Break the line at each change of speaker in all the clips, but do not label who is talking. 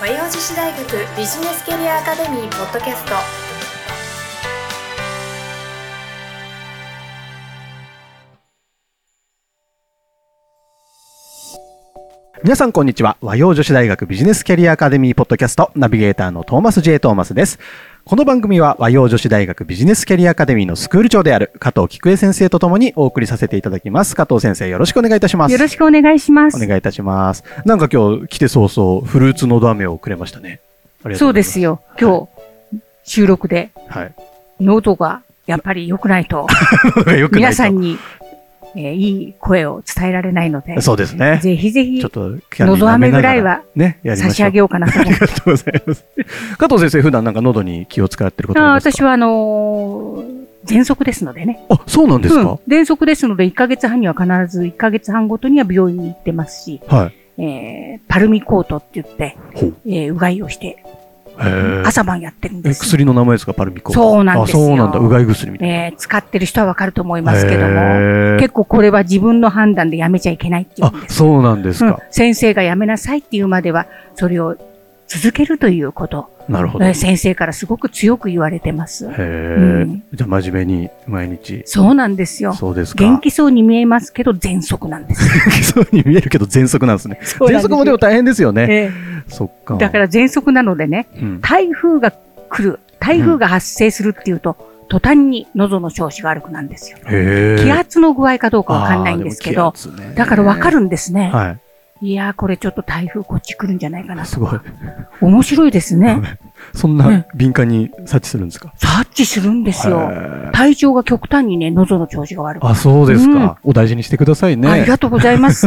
和洋女子大学ビジネスキャリアアカデミーポッドキャスト
皆さんこんにちは和洋女子大学ビジネスキャリアアカデミーポッドキャストナビゲーターのトーマス J トーマスですこの番組は和洋女子大学ビジネスキャリアアカデミーのスクール長である加藤菊江先生とともにお送りさせていただきます加藤先生よろしくお願いいたします
よろしくお願いします。
お願いいたしますなんか今日来て早々フルーツのど飴をくれましたねありがと
そう
ござい
で
ます
よ。今日、収録で、
はい
喉がやっぱり良くない
よ
と、
くない
皆
と
さんに、えーいい声を伝えられないので、
そうですね
ぜひぜひ
ちょっ、とキャンディー
喉
舐め
飴
なが
ぐらいは
ねやりま
差
し
し
ょう
上げようかな と
あ
思
りがとうございます加藤先生普段なんか喉に気を使ってること
あ
あります
私
か
は、あのー喘息ですのでね。
あそうなんです
うん
か、。
喘息ですので、1ヶ月半には必ず、1ヶ月半ごとには病院に行ってますし、
はい
えーパルミコートって言って
ほう、
えーうがいをして、
へー
朝晩やってるん
え
ですよ。
薬の名前ですか、パルミコ。
そうなんですよ
あ、そうなんだ。うがい薬みたい
えー使ってる人はわかると思い
な。
ますけども、
へー
結構これは自分の判断でやめちゃいけないっていうん
あ
で、す。
そうなんです
うん
か。
先生がやめなさいっていうまでは、それを続けるということ、
なるほど。
え
へ
ー先生からすごく強く言われてます。う
え
ん。
じゃあ、真面目に毎日。
そうなんですよ。
そうですか。
元気そうに見えますけど、喘息なんです。
元気そうに見えるけど、喘息なんですね。
そう
喘
なんです
息もでも大変ですよね。
え
そっか。
ーだから喘息なのでね、
うん、
台風が来る、台風が発生するっていうと、途端に喉の調子が悪くなるんですよ。
へー
気圧の具合かどうかわかんないんですけ
あ
ど、
ーも気圧ね
だからわかるんですね。
はい。
やー、これちょっと台風こっち来るんじゃないかないと。
すごい。
面白いですね。
そん
う
なん敏感に察知するんですか
察知するんです
へ
よ。
ー
体調が極端にね、喉の調子が悪く。
あ、そうですか。お大事にしてくださいね。
ありがとうござい ます。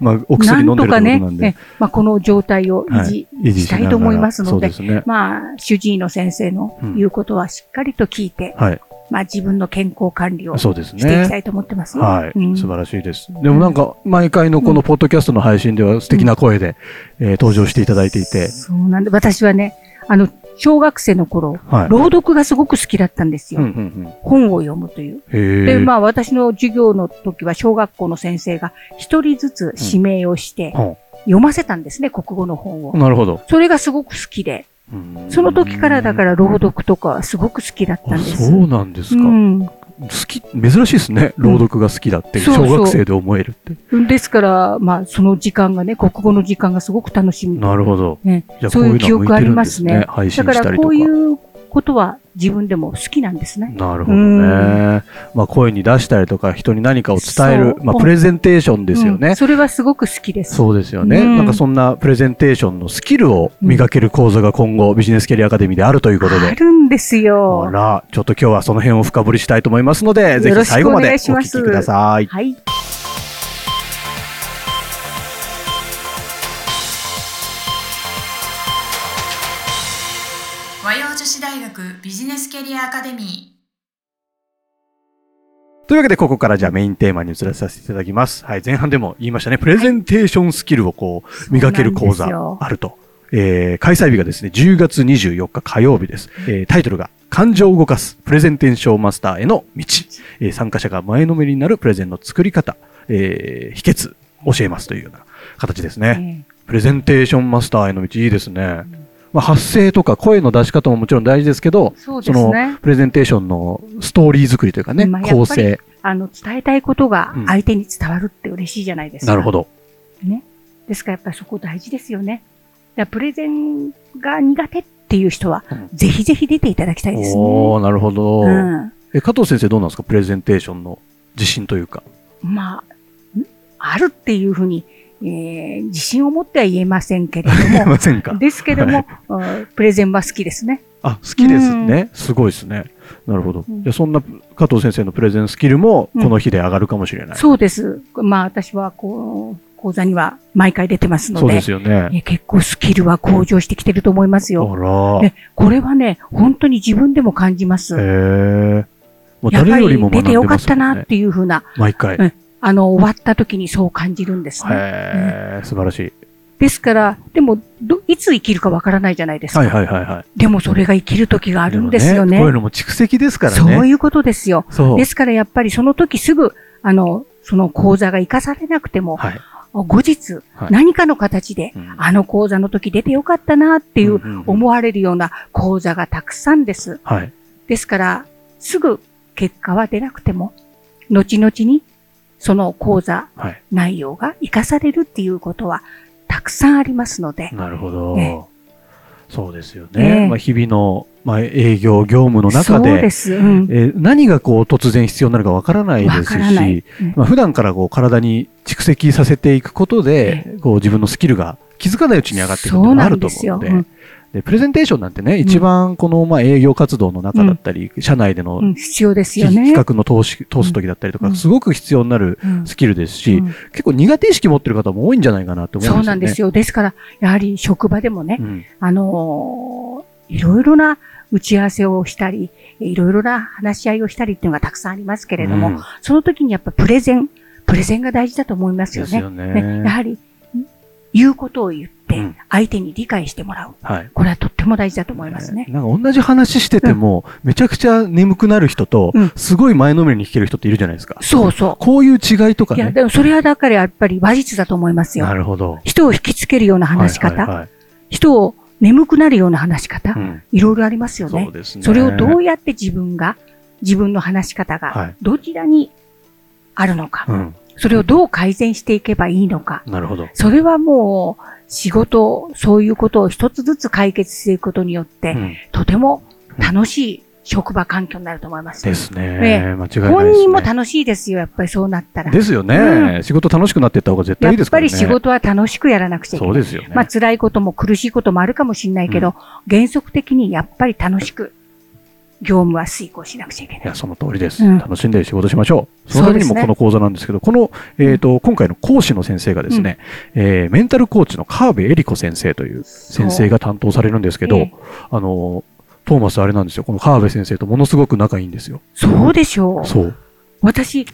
まあ、お薬飲んでるってこと
な
なん
と
で
かね。、えまあ、この状態を維
はい
持
維持
し
な
た
が
い
ら
と思います
そ
の
う
で、
ですね。
まあ、主治医の先生の
うん
言うことはしっかりと聞いて、
はい。
まあ、自分の健康管理をし
そうです
ていきた
ね。
いと思ってます。
はい、
うん
素晴らしいです。でもなんか、毎回のこのポッドキャストの配信では素敵な声で、えー登場していただいていて、
そうなんで、私はね、あの、小学生の頃、
はい。
朗読がすごく好きだったんです
う
よ。
んうんうん。
本を読むという。
へ
で、
え。
まあ私の授業の時は小学校の先生が一人ずつ指名をして
ほ
読ませたんですね、国語の本
う
を。
なるほど。、
それがすごく好きで、その時からだからら朗読とかはすごく好きだった
あ
んです。
そうなんですか、
うん
好き、珍しいですね。朗読が好きだって、
うんそうそう
小学生で思えるって。
ですから、まあその時間がね、国語の時間がすごく楽しみ。
なるほど。
ね、
じゃあ、こ
そうう
い
いうう記
のは向い
憶
て
あり
るん
ま
ですす
ね
ね。。配信
だか
した
ら
りと
こ
か。
ういうことは自分でも好きなんですね。
なるほど
う
ね
ん。
まあ、声に出したりとか、人に何かを伝える
そ、う
まあ、プレゼンテーションですよね。
うんそれはすごく好きです。
そうですよね、
うん
なんかそんなプレゼンテーションのスキルを磨ける講座が今後ビジネスキャリアアカデミーであるということ
あ
で。
るんです
あ
よ。
ら、ちょっと今日はその辺を深掘りしたいと思いますので、ぜ
よ
ひ
ろしく
最後まで
お
お
願いし
聞
ま
き
す
ください。
はい。
和洋女子大学ビジネスキャリアアカデミ
というわけで、ここからじゃあメインテーマに移らさせていただきます。はい、前半でも言いましたね。プレゼンテーションスキルをこう、磨ける講
そう
座
なんですよ
あると。えー、開催日がですね、10月24日火曜日です。えー、タイトルが、感情を動かすプレゼンテーションマスターへの道。えー参加者が前のめりになるプレゼンの作り方、えー秘訣、教えますというような形ですね。
え
プレゼンテーションマスターへの道、いいですね。まあ、発声とか声の出し方ももちろん大事ですけど
え、そう
そ
です
の
ね。
プレゼンテーションのストーリー作りというかね、
まあ
構成。
あの、伝えたいことが
うん
相手に伝わるって嬉しいじゃないですか。
なるほど。
ね。ですからやっぱりそこ大事ですよね。だからプレゼンが苦手っていう人は、
うん
ぜひぜひ出ていただきたいですね。
おー、なるほど、
うん。
え。加藤先生どうなんですかプレゼンテーションの自信というか。
まあ、んあるっていうふうに、えー自信を持っては言えませんけれ ど
い
も、
ませんか
ですけども、うんプレゼンは好きですね。
あ、好きですね。すごいですね。なるほど。
うん
じゃあそんな加藤先生のプレゼンスキルも、
うん
この日で上がるかもしれない。
そうです。まあ私は、こう、講座には毎回出てますの
そう
で、
ですよね。
えー結構スキルは向上してきてると思いますよ。
あら。
でこれはね、本当に自分でも感じます。
へえ。もう
やっぱ
誰より
り
も学
出
んで
てよか
ま
っ
すも
た
ん
なっ
ね。
ていうふうな、
毎回。
うんあの、終わった時にそう感じるんですね。
へえ、素晴らしい。
ですから、でも、どいつ生きるかわからないじゃないですか。
はいはいはいはい。
でもそれが生きる時があ
あ
るんですよね。
こういうのも蓄積ですから
そう
ね。
いうことですよ。
そう
ですからやっぱりその時すぐ、あの、その講座が生かされなくても、
はい。
後日、
はい
何かの形で、
うん
あの講座の時出てよかったなってい
うん
う
うんうん
思われるような講座がたくさんです。
はい。
ですから、すぐ結果は出なくても、後々にその講座
はい。
内容が活かされるっていうことはたくさんありますので、
なるほど。
ね
そうですよね。
ええ
まあ、日々の、まあ、営業、業務の
そ
中
う
で
で、す。うん。
えー何がこう突然必要になるかわからない
わ
で
か
す
らない
し、。
うん
まあ、普段からこう体に蓄積させていくことで、こう自分のスキルが気づかないうちに上がっていくこと
そ
も
う
あ
なん
ると
で
思
す
うの
よ。
で、
うん
でプレゼンテーションなんてね、一番このまあ営業活動の中だったり、社内での
うん必要ですよ
企
ね。
画の通し、通す時だったりとか、
うん
すごく必要になる
うん
スキルですし、
うん
結構苦手意識持ってる方も多いんじゃないかなと思
そうう
ですよ
ん
ね。
なんですよ。ですから、やはり職場でもね、
うん
あのーいろいろな打ち合わせをしたり、いろいろな話し合いをしたりっていうのがたくさんありますけれども、
うん
その時にやっぱプレゼン、プレゼンが大事だと思いますよ
で
ね。
すよね。
ねやはり、言うことを言っ
う
て
ん、
相手に理解してもらう。
はい。
これはとっても大事だと思いますね。
なんか同じ話してても、めちゃくちゃ眠くなる人と、
うん
すごい前のめりに弾ける人っているじゃないですか。
そうそ
こういう違いとか
う。いや、
ね。
でもそれはだからやっぱり話術だと思います
な
よ。
るほど。
人を引きつけるような話し方、
はいはい
人を眠くなるような話し方、
はいうん
いろいろありますよね。
そうですね。
それをど
う
うやって自分が、自分の話し
は
方が
い、
どちらにあるのか、
ん。
それをどう改善していけばいいのか、
なるほど。
それはもう、仕事、そういうことを一つずつ解決していくことによって、
うん
とても楽しい職場環境になると思います。
ですね。
え
間違いないですね。
本人も楽しいですよ、やっぱりそうなったら。
ですよね、
う
仕事楽しくなっていった方が絶
や
対い
っ
いですから
ぱ
ね。
り仕事は楽しくやらなくちゃいけ
そう
ない。
ですよね。
まあ辛いことも苦しいこともあるかもしれないけど、原則的にやっぱり楽しく業務は遂行しなくちゃいけない
い。や、その通りです、
うん
楽しんで仕事しましょう。そのために
そ
も
うですね
この講座なんですけど、この、えっ、と、今回の講師の先生がですね、えーメンタルコーチの川辺恵理子先生という先生が担当されるんですけど、
ええ
あの、トーマスあれなんですよ。この川辺先生とものすごく仲いいんですよ。
そうでしょう。
そう。
私、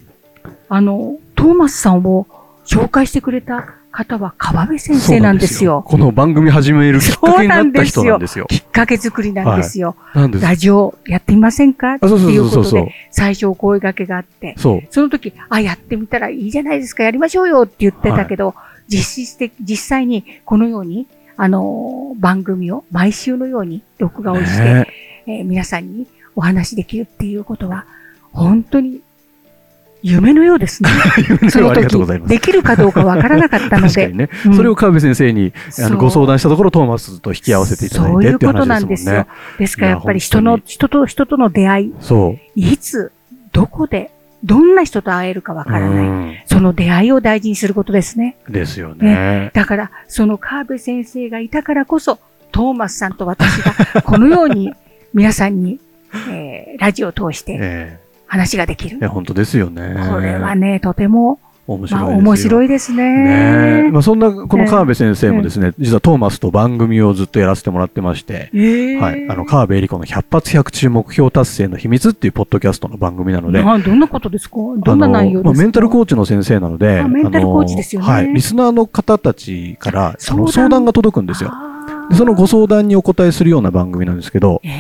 あの、トーマスさんを紹介してくれた方は川辺先生なんですよ。
この番組始めるきっかけになった人
そう
な
なんん
で
です
よ。
きっかけ作りなんですよ。
なんです。
ラジオやってみませんかって
あそうそう
い
そうう
こ
そう
と
そう
で、最初お声掛けがあって、
そう。
その時、あ、やってみたらいいじゃないですか、やりましょうよって言ってたけど、実施して、実際にこのように、あのー、番組を毎週のように録画をして、
ね
えー皆さんにお話しできるっていうことは、本当に夢のようですね。
え
そ の
ありがとう
時
ござい、ます。
できるかどうかわからなかったの
確か
で
に、ね、
うん
それを川辺先生にあ
そ
の
う
ご相談したところ、トーマスと引き合わせていただいてっていう
そういうことな
話
ん
で
ですす
もんね
よ。ですから
いや
やっぱり人の
本、
人と人との出会
そう。
い、いつ、どこで、どんな人と会えるかわからない。その出会いを大事にすることですね。
うんですよね。
だから、その川辺先生がいたからこそ、トーマスさんと私が、このように、 皆さんに、えーラジオを通して
え
話ができる
えい。や本当ですよね。
これはね、とても、
面白いですよ
まあ、面白
い。
いです
ねえ
ね。
まあ、そんな、この川辺先生もですね、実はトーマスと番組をずっとやらせてもらってまして、
ええ
はい。あの、川辺恵理子の100発100中目標達成の秘密っていうポッドキャストの番組なので、
などんなことですかどんな内容ですか、
あのまあメンタルコーチの先生なので、
あメンタルコーチですよね
あのはい。リスナーの方たちから、その
相談
相談が届くんですよ。
あー
でそのご相談にお答えするような番組なんですけど、
え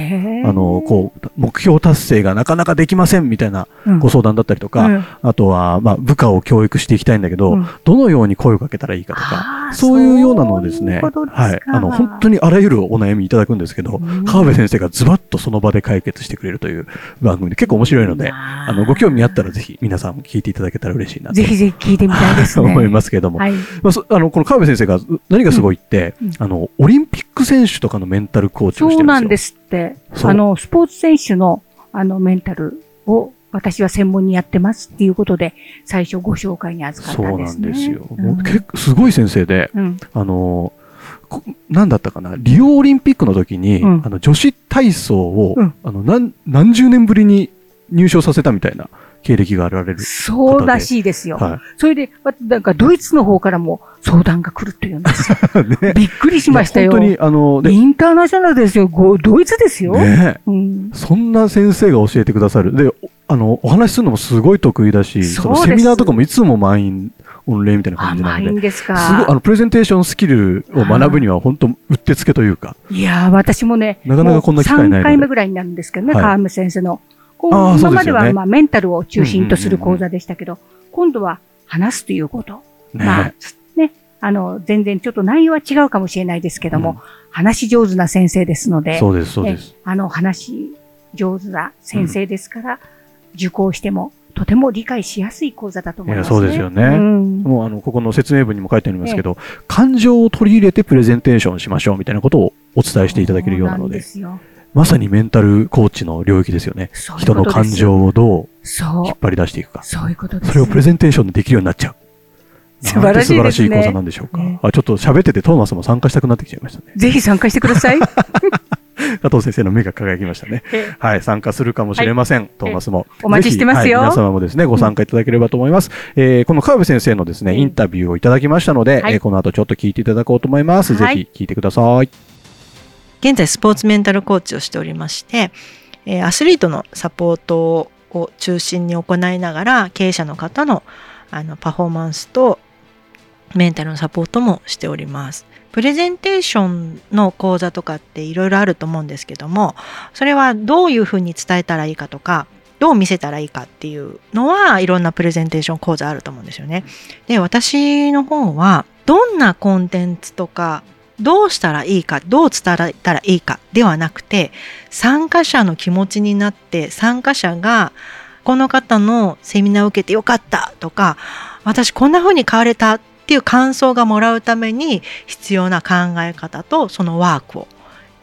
あ
え
の、こう、目標達成がなかなかできませんみたいな
うん
ご相談だったりとか、
うん
あとは、まあ、部下を教育していきたいんだけど、
うん
どのように声をかけたらいいかとか
あ、ー
そういうようなのをです
そうい
ね
うことですか
はい、あの、本当にあらゆるお悩みいただくんですけど、
うん
川辺先生がズバッとその場で解決してくれるという番組で結構面白いので、
まあ
あの、ご興味あったらぜひ皆さんも聞いていただけたら嬉しいなと
ぜひぜひ聞いてみたいです ね。
思いますけども。
はい。
まあ、そあのこの川辺先生がう何がすごいって、
うんうん
あのオリンピック選手とかのメンタルコーチをし
そ
て
う
るんですよ。
なんですって。
そう
あの、スポーツ選手の、あの、メンタルを、私は専門にやってますっていうことで、最初ご紹介に預かっ
そ
たん
う
で
な
す
ん
ね。
ですよ。も
ん
う結構すごい先生で、
うん。
あのこなんだったかな、リオオリンピックの時に、
うん
あの女子体操を、
うん
あの何何十年ぶりに入賞させたみたいな経歴があられる。
そうらしいですよ。
は
それで、わなんかドイツの方からも相談が来るというんですよ。
い、 ね
びっくりしましたよ。
本当にあので、
インターナショナルですよ。ごドイツですよ。
ね、
うん。
そんな先生が教えてくださる。で、おあのお話しするのもすごい得意だし、
そう
の
です
セミナーとかもいつも満員御礼みたいな感じな
甘
の
い
で
ん。ですか。
すごい、あの、プレゼンテーションスキルを学ぶには、本当うってつけというか。
いやー、私もね、
なかなかこんな機会ないので
3回目ぐらいになるんですけどね、
はい
川村先生の。こう
あーそう
今
でよ
ますで
ね
はまあメンタルを中心とする講座でしたけど、今度は話すということ。まあ
ね。、
あの、全然ちょっと内容は違うかもしれないですけども、
うん
話し上手な先生ですので、
そうです、そうです。
えあの、話し上手な先生ですから、受講してもとても理解しやすい講座だと思いますね。
いやそうですよね
うん
もうあの、ここの説明文にも書いてありますけど、感情を取り入れてプレゼンテーションしましょうみたいなことをお伝えしていただけるようなので、
そうなん
まさにメンタルコーチの領域ですよね。
ですよ
人の感。情をどう
そういう
引っ
ことですよ
張り出していくか。
そう。そういうことです。
それをプレゼンテーションでできるようになっちゃう。
素晴らしいですね
なんて素晴らしい講座なんでしょうか。
ね
あちょっと喋っててトーマスも参加したくなってきちゃいましたね。
ぜひ参加してくだ さい。
加藤先生の目が輝きましたね。
え
はい、参加するかもしれません。トーマスも。
お待ちしてま
ぜ
すよ
ひはい皆様もですね、ご参加いただければと思います。えーこの川辺先生のですね、
うん
インタビューをいただきましたので、
はい
えーこの後ちょっと聞いていただこうと思います。
はい
ぜひ聞いてください。
現在スポーツメンタルコーチをしておりまして、えーアスリートのサポートを中心に行いながら経営者の方のあのパフォーマンスとメンタルのサポートもしております。プレゼンテーションの講座とかっていろいろあると思うんですけどもそれはどういうふうに伝えたらいいかとかどう見せたらいいかっていうのはいろんなプレゼンテーション講座あると思うんですよね。で私の方はどんなコンテンツとかどうしたらいいかどう伝えたらいいかではなくて参加者の気持ちになって参加者がこの方のセミナーを受けてよかったとか私こんな風に変われたっていう感想がもらうために必要な考え方とそのワークを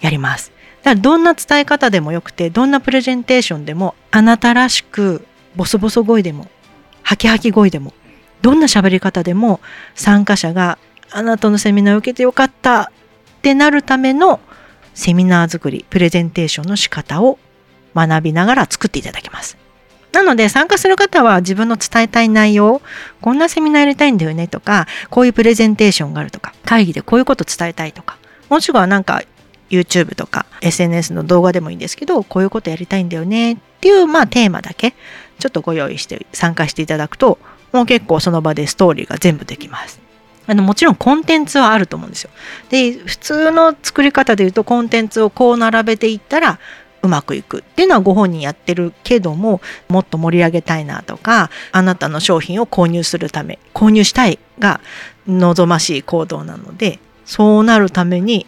やります。だからどんな伝え方でもよくてどんなプレゼンテーションでもあなたらしくボソボソ声でもハキハキ声でもどんな喋り方でも参加者があなたのセミナー受けてよかったってなるためのセミナー作り、プレゼンテーションの仕方を学びながら作っていただきます。なので参加する方は自分の伝えたい内容、こんなセミナーやりたいんだよねとか、こういうプレゼンテーションがあるとか、会議でこういうこと伝えたいとか、もしくはなんか YouTube とか SNS の動画でもいいんですけど、こういうことやりたいんだよねっていうまあテーマだけちょっとご用意して参加していただくと、もう結構その場でストーリーが全部できます。あのもちろんコンテンツはあると思うんですよ。で普通の作り方で言うとコンテンツをこう並べていったらうまくいくっていうのはご本人やってるけどももっと盛り上げたいなとかあなたの商品を購入するため購入したいが望ましい行動なのでそうなるために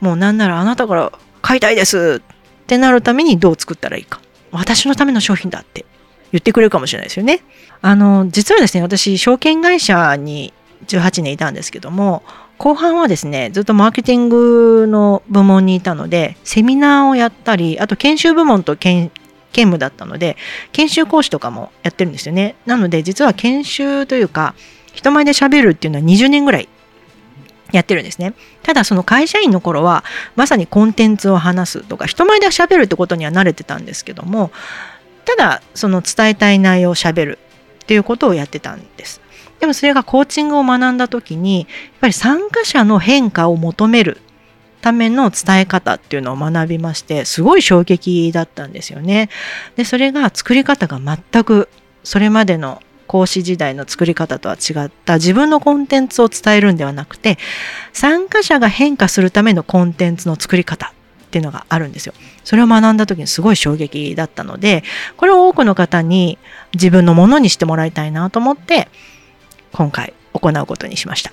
もうなんならあなたから買いたいですってなるためにどう作ったらいいか私のための商品だって言ってくれるかもしれないですよね。あの実はですね私証券会社に18年いたんですけども後半はですねずっとマーケティングの部門にいたのでセミナーをやったりあと研修部門と研兼務だったので研修講師とかもやってるんですよねなので実は研修というか人前で喋るっていうのは20年ぐらいやってるんですねただその会社員の頃はまさにコンテンツを話すとか人前で喋るってことには慣れてたんですけどもただその伝えたい内容を喋るっていうことをやってたんですでもそれがコーチングを学んだ時にやっぱり参加者の変化を求めるための伝え方っていうのを学びましてすごい衝撃だったんですよね。でそれが作り方が全くそれまでの講師時代の作り方とは違った自分のコンテンツを伝えるんではなくて参加者が変化するためのコンテンツの作り方っていうのがあるんですよ。それを学んだ時にすごい衝撃だったのでこれを多くの方に自分のものにしてもらいたいなと思って今回行うことにしました。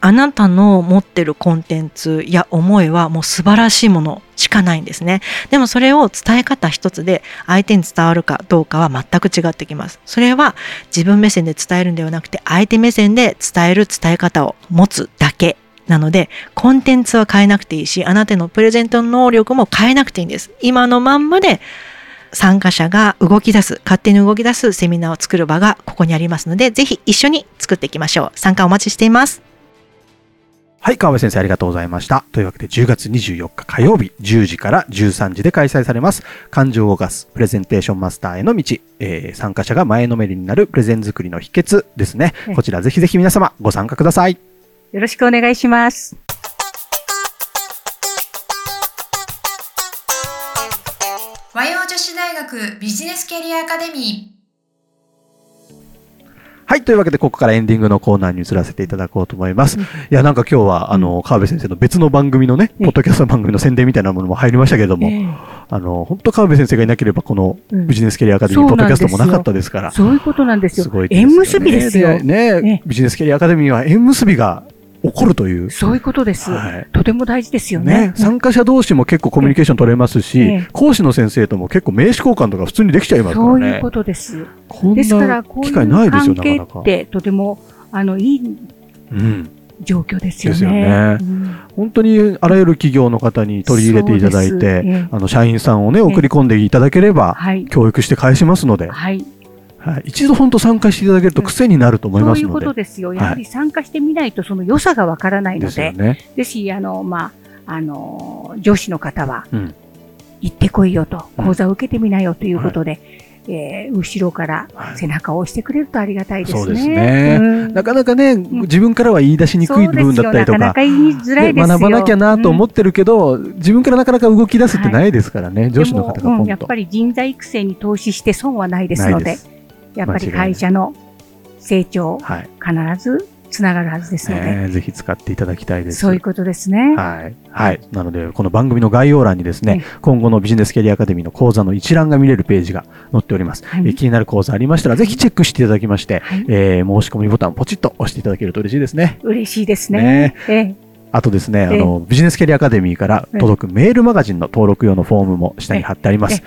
あなたの持ってるコンテンツや思いはもう素晴らしいものしかないんですね。でもそれを伝え方一つで相手に伝わるかどうかは全く違ってきます。それは自分目線で伝えるんではなくて相手目線で伝える伝え方を持つだけ。なので、コンテンツは変えなくていいし、あなたのプレゼントの能力も変えなくていいんです。今のまんまで参加者が動き出す、勝手に動き出すセミナーを作る場がここにありますので、ぜひ一緒に作っていきましょう。参加お待ちしています。
はい、川辺先生ありがとうございました。というわけで10月24日火曜日10時から13時で開催されます。感情を動かすプレゼンテーションマスターへの道、えー参加者が前のめりになるプレゼン作りの秘訣ですね
え。え
こちらぜひぜひ皆様ご参加ください。
よろしくお願いします。
和洋女子大学ビジネスキャリアアカデミー
はい。というわけで、ここからエンディングのコーナーに移らせていただこうと思います。
うん
いや、なんか今日は、あの、川辺先生の別の番組のね、
ええ
ポッドキャスト番組の宣伝みたいなものも入りましたけれども、
ええ
あの、本当川辺先生がいなければ、この
うん
ビジネスキャリアアカデミー
そ
ポッド
うなん
キャ
で
ス
す
ト
よ
もなかったですから、
そういうことなんですよ。
すごいですよ
縁
ね
結びですよ。
ね
ええ
ビジネスキャリアアカデミーは縁結びが起こるという。
そういうことです。
はい
とても大事ですよね
ね、。参加者同士も結構コミュニケーション取れますし、
ええ
講師の先生とも結構名刺交換とか普通にできちゃいますか
そう
ら
いう
ね。
ことです。
こん
ですから、
な
こうい
機
う
会ないですよ、
関
な
係
かなか
っ。てとてもあのいい
うん、
状況ですよ
で
ね。
すよね
うん
本当にあらゆる企業の方に取り入れていただい
そうです
て、
ええ
あの社員さんをね、送り込んでいただければ、
はい。
教育して返しますので、
はい。
はい、一度本当参加していただけると癖になると思い
そ
ま
うい
す
う
の
こ
で。
とですよ。やはり参加してみないとその良さがわからないの
ですよ
で、
ね。
ですし、あの、まあ、あの、上司の方は、
うん
行ってこいよと、
うん
講座を受けてみなよということで、えー後ろから背中を押してくれるとありがたいですね。
そうですね
うん
なかなかね、自分からは言い出しにくい部分だったりと
そうですよなかな
か、
か言いづらいです
ね
よ。
学ばなきゃなと思
っ
ってるけど、自分からなかなか動き出すって
はい
ないですからね、上司の方がポ
うん、
ン
やっ
と
ぱ。り人材育成に投資して損はないですので、
ないです
やっぱ
間
り
違いない
会社の成長、
はい。
必ずつながるはずですので、
ねぜひ使っていただきたいです。
そういうことですね。
はい。はい。なので、この番組の概要欄にですね、
はい
今後のビジネスキャリアアカデミーの講座の一覧が見れるページが載っております。
はい
え気になる講座ありましたら、ぜひチェックしていただきまして、
はい
えー申し込みボタンをポチッと押していただけると嬉しいですね。
嬉しいです
ね
ね。え
あとですね、あ
ええ
の、ビジネスキャリアアカデミーから届くメールマガジンの登録用のフォームも下に貼ってあります。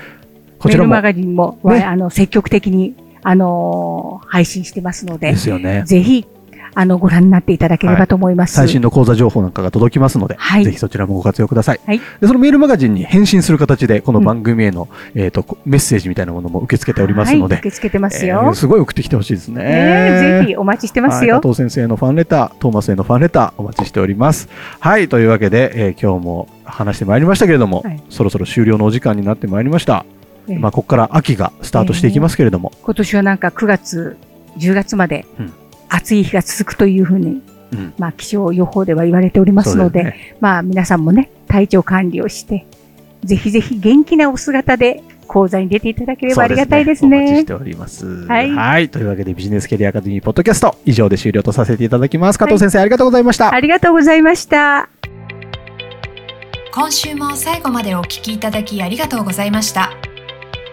こ
メ
ち
ー
ら
ル
も
マガジンも、
ね
あの積極的に、あのー配信してますので
で、すよね。
ぜひあのご覧になっていただければと思います。
最新の講座情報なんかが届きますので、
はい
ぜひそちらもご活用ください。
はい
でそのメールマガジンに返信する形で、この番組への、えっ、と、こメッセージみたいなものも受け付けておりますので、
はい、受け付けてますよ。
えーすごい送ってきてほしいですね。
ねえぜひお待ちしてますよ。
はい、加藤先生のファンレター、トーマスへのファンレター、お待ちしております。はい、というわけで、えー今日も話してまいりましたけれども、
はい
そろそろ終了のお時間になってまいりました。
ええ
まあ、ここから秋がスタートしていきますけれども、
今年はなんか9月、10月まで
うん
暑い日が続くというふうに、
うん
まあ、気象予報では言われておりますので、
そうだよね
まあ、皆さんもね、体調管理をして、ぜひぜひ元気なお姿で講座に出ていただければありがたいです
そうお待ちし
ね。
ております。
はい
というわけで、ビジネスキャリアアカデミーポッドキャスト、以上で終了とさせていただきます。加藤先生、ありがとうございました。
ありがとうございました。
今週も最後までお聞きいただきありがとうございました。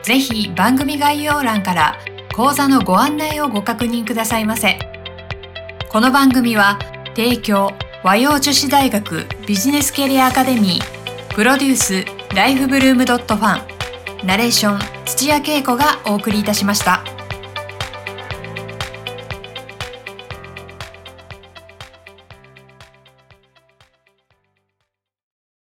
ぜひ番組概要欄から講座のご案内をご確認くださいませ。この番組は提供和洋女子大学ビジネスキャリアアカデミープロデュースライフブルームドットファンナレーション土屋恵子がお送りいたしました。